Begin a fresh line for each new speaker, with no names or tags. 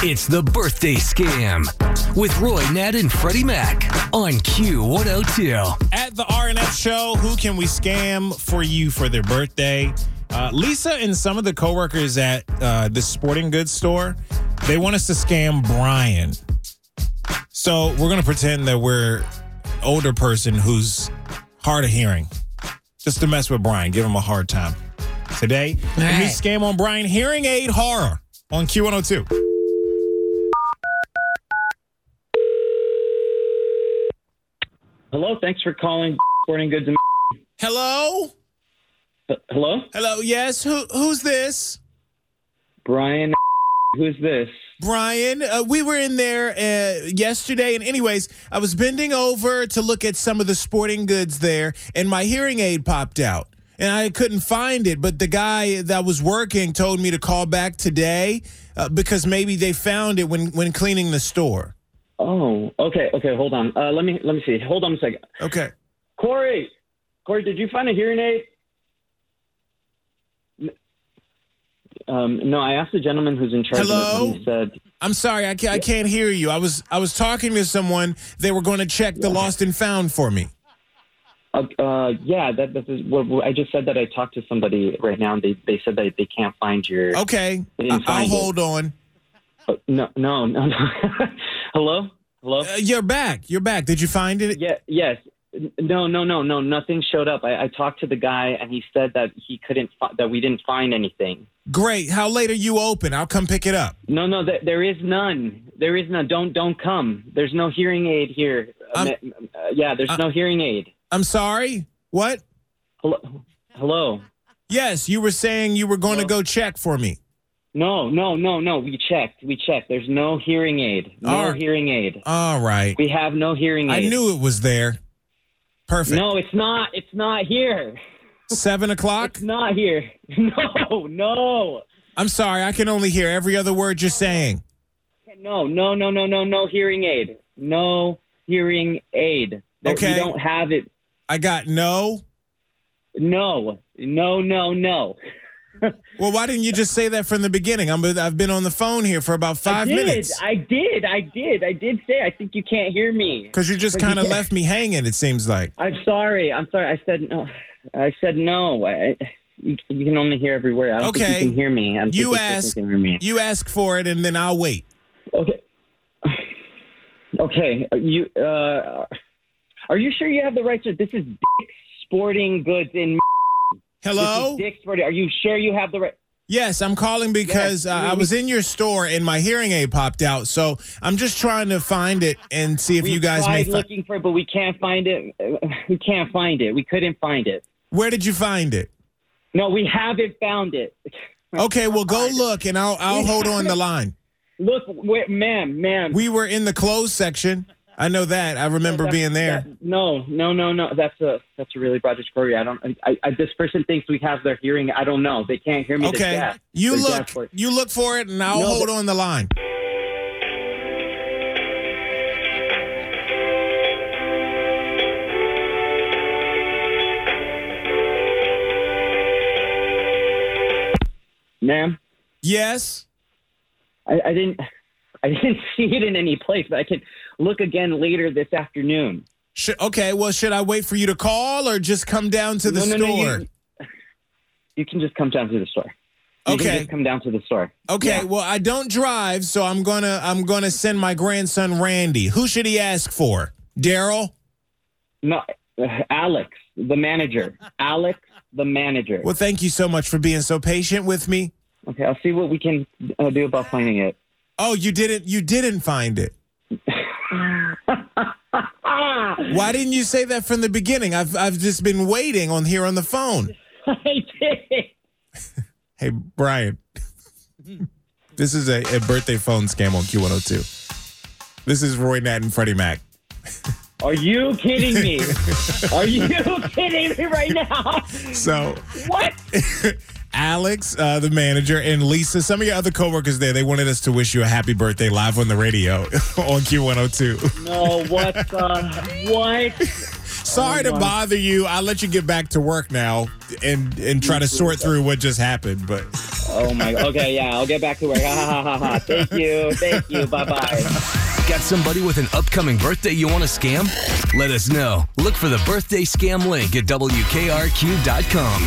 It's the birthday scam with Roy Nat and Freddie Mac on Q102.
At the RNF show, who can we scam for you for their birthday? Uh, Lisa and some of the coworkers at uh, this sporting goods store, they want us to scam Brian. So we're gonna pretend that we're an older person who's hard of hearing, just to mess with Brian, give him a hard time. Today, let me
right.
scam on Brian hearing aid horror on Q102.
Hello, thanks for calling Sporting Goods. and-
Hello,
Hello,
hello, yes, who who's this?
Brian. Who's this?
Brian, uh, we were in there uh, yesterday, and anyways, I was bending over to look at some of the sporting goods there, and my hearing aid popped out, and I couldn't find it. But the guy that was working told me to call back today uh, because maybe they found it when when cleaning the store.
Oh, okay, okay. Hold on. Uh, let me let me see. Hold on a second.
Okay.
Corey, Corey, did you find a hearing aid? N- Um, no, I asked the gentleman who's in charge. of it,
Hello?
and He said,
I'm sorry, I can't, I can't hear you. I was I was talking to someone. They were going to check the lost and found for me.
uh, uh, "Yeah, that this is what what- I just said. That I talked to somebody right now, and they they said that they can't find your.
Okay,
They
I-
didn't find
I'll
it.
hold on.
Oh, no, no, no, no. Hello, hello.
Uh, you're back. You're back. Did you find it?
Yeah, yes. N- No, no, no, no. Nothing showed up. I, I talked to the guy, and he said that he couldn't, fi- that we didn't find anything.
Great. How late are you open? I'll come pick it up.
No, no, th- there is none. There is none. Don't, don't come. There's no hearing aid here. Uh,
Um,
ma- m- uh, yeah, there's
uh,
no hearing aid.
I'm sorry. What?
Hello, hello.
Yes, you were saying you were going to
Hello?
go check for me.
No, no, no, no. We checked. We checked. There's no hearing aid. No
All right.
hearing aid.
All right.
We have no hearing
I
aid.
knew it was there. Perfect.
No, it's not. It's not here.
Seven o'clock?
It's not here. No, no.
I'm sorry. I can only hear every other word you're saying.
No, no, no, no, no, no hearing aid. No hearing aid. There,
Okay.
We don't have it.
I got no.
No, no, no, no.
Well, why didn't you just say that from the beginning? I'm, I've been on the phone here for about five
I did.
minutes.
I did. I did. I did say. I think you can't hear me.
Because you just
But you
kind of
can't-
left me hanging, it seems like.
I'm sorry. I'm sorry. I said no. I said no. I, you, you can only hear every word. I don't think
Okay.
you can hear me. I don't
You
think
asked-
You can hear me.
You ask for it, and then I'll wait.
Okay. Okay. You. Uh, are you sure you have the right to? This is Dick's Sporting Goods in.
Hello?
This is Dick's Sporting. Are you sure you have the right?
Yes, I'm calling because
Yes,
uh,
we-
I was in your store and my hearing aid popped out. So I'm just trying to find it and see if
we
you guys may. Fi-
tried looking for it, but we can't find it. We can't find it. We couldn't find it.
Where did you find it?
No, we haven't found it.
Okay, well go look and I'll I'll
We
hold on the
haven't-
line.
Look, wait, ma'am, ma'am.
We were in the clothes section. I know that. I remember
That's-
being there.
that- no, no, no, no. That's a that's a really broad story. I don't. I, I, this person thinks we have their hearing. I don't know. They can't hear me. They're
Okay,
deaf.
you
They're
look
deaf for it.
you look for it and I'll
No,
hold
but-
on the line.
ma'am.
Yes.
I, I didn't. I didn't see it in any place, but I can look again later this afternoon.
Sh- okay. Well, should I wait for you to call or just come down to the
no,
store?
No, no, you, you can just come down to the store. You
Okay.
Can just come down to the store.
Okay,
Yeah.
well I don't drive, so I'm gonna I'm gonna send my grandson Randy. Who should he ask for? Daryl?
No, Alex, the manager. Alex, the manager.
Well, thank you so much for being so patient with me.
Okay, I'll see what we can uh, do about finding it.
Oh, you didn't you didn't find it.
Ah,
Why didn't you say that from the beginning? I've I've just been waiting on here on the phone.
I did.
Hey Brian. this is a, a birthday phone scam on Q102. This is Roy Nat and Freddie Mac.
Are you kidding me? Are you kidding me right now?
So
What?
Alex, uh, the manager, and Lisa, some of your other coworkers there, they wanted us to wish you a happy birthday live on the radio on Q102.
No, what the? What?
Sorry to
my.
bother you. I'll let you get back to work now and and try to sort through what just happened, but
Oh my. Okay, yeah, I'll get back to work. Ha ha ha ha. Thank you. Thank you. Bye bye.
Got somebody with an upcoming birthday you want to scam? Let us know. Look for the birthday scam link at WKRQ.com.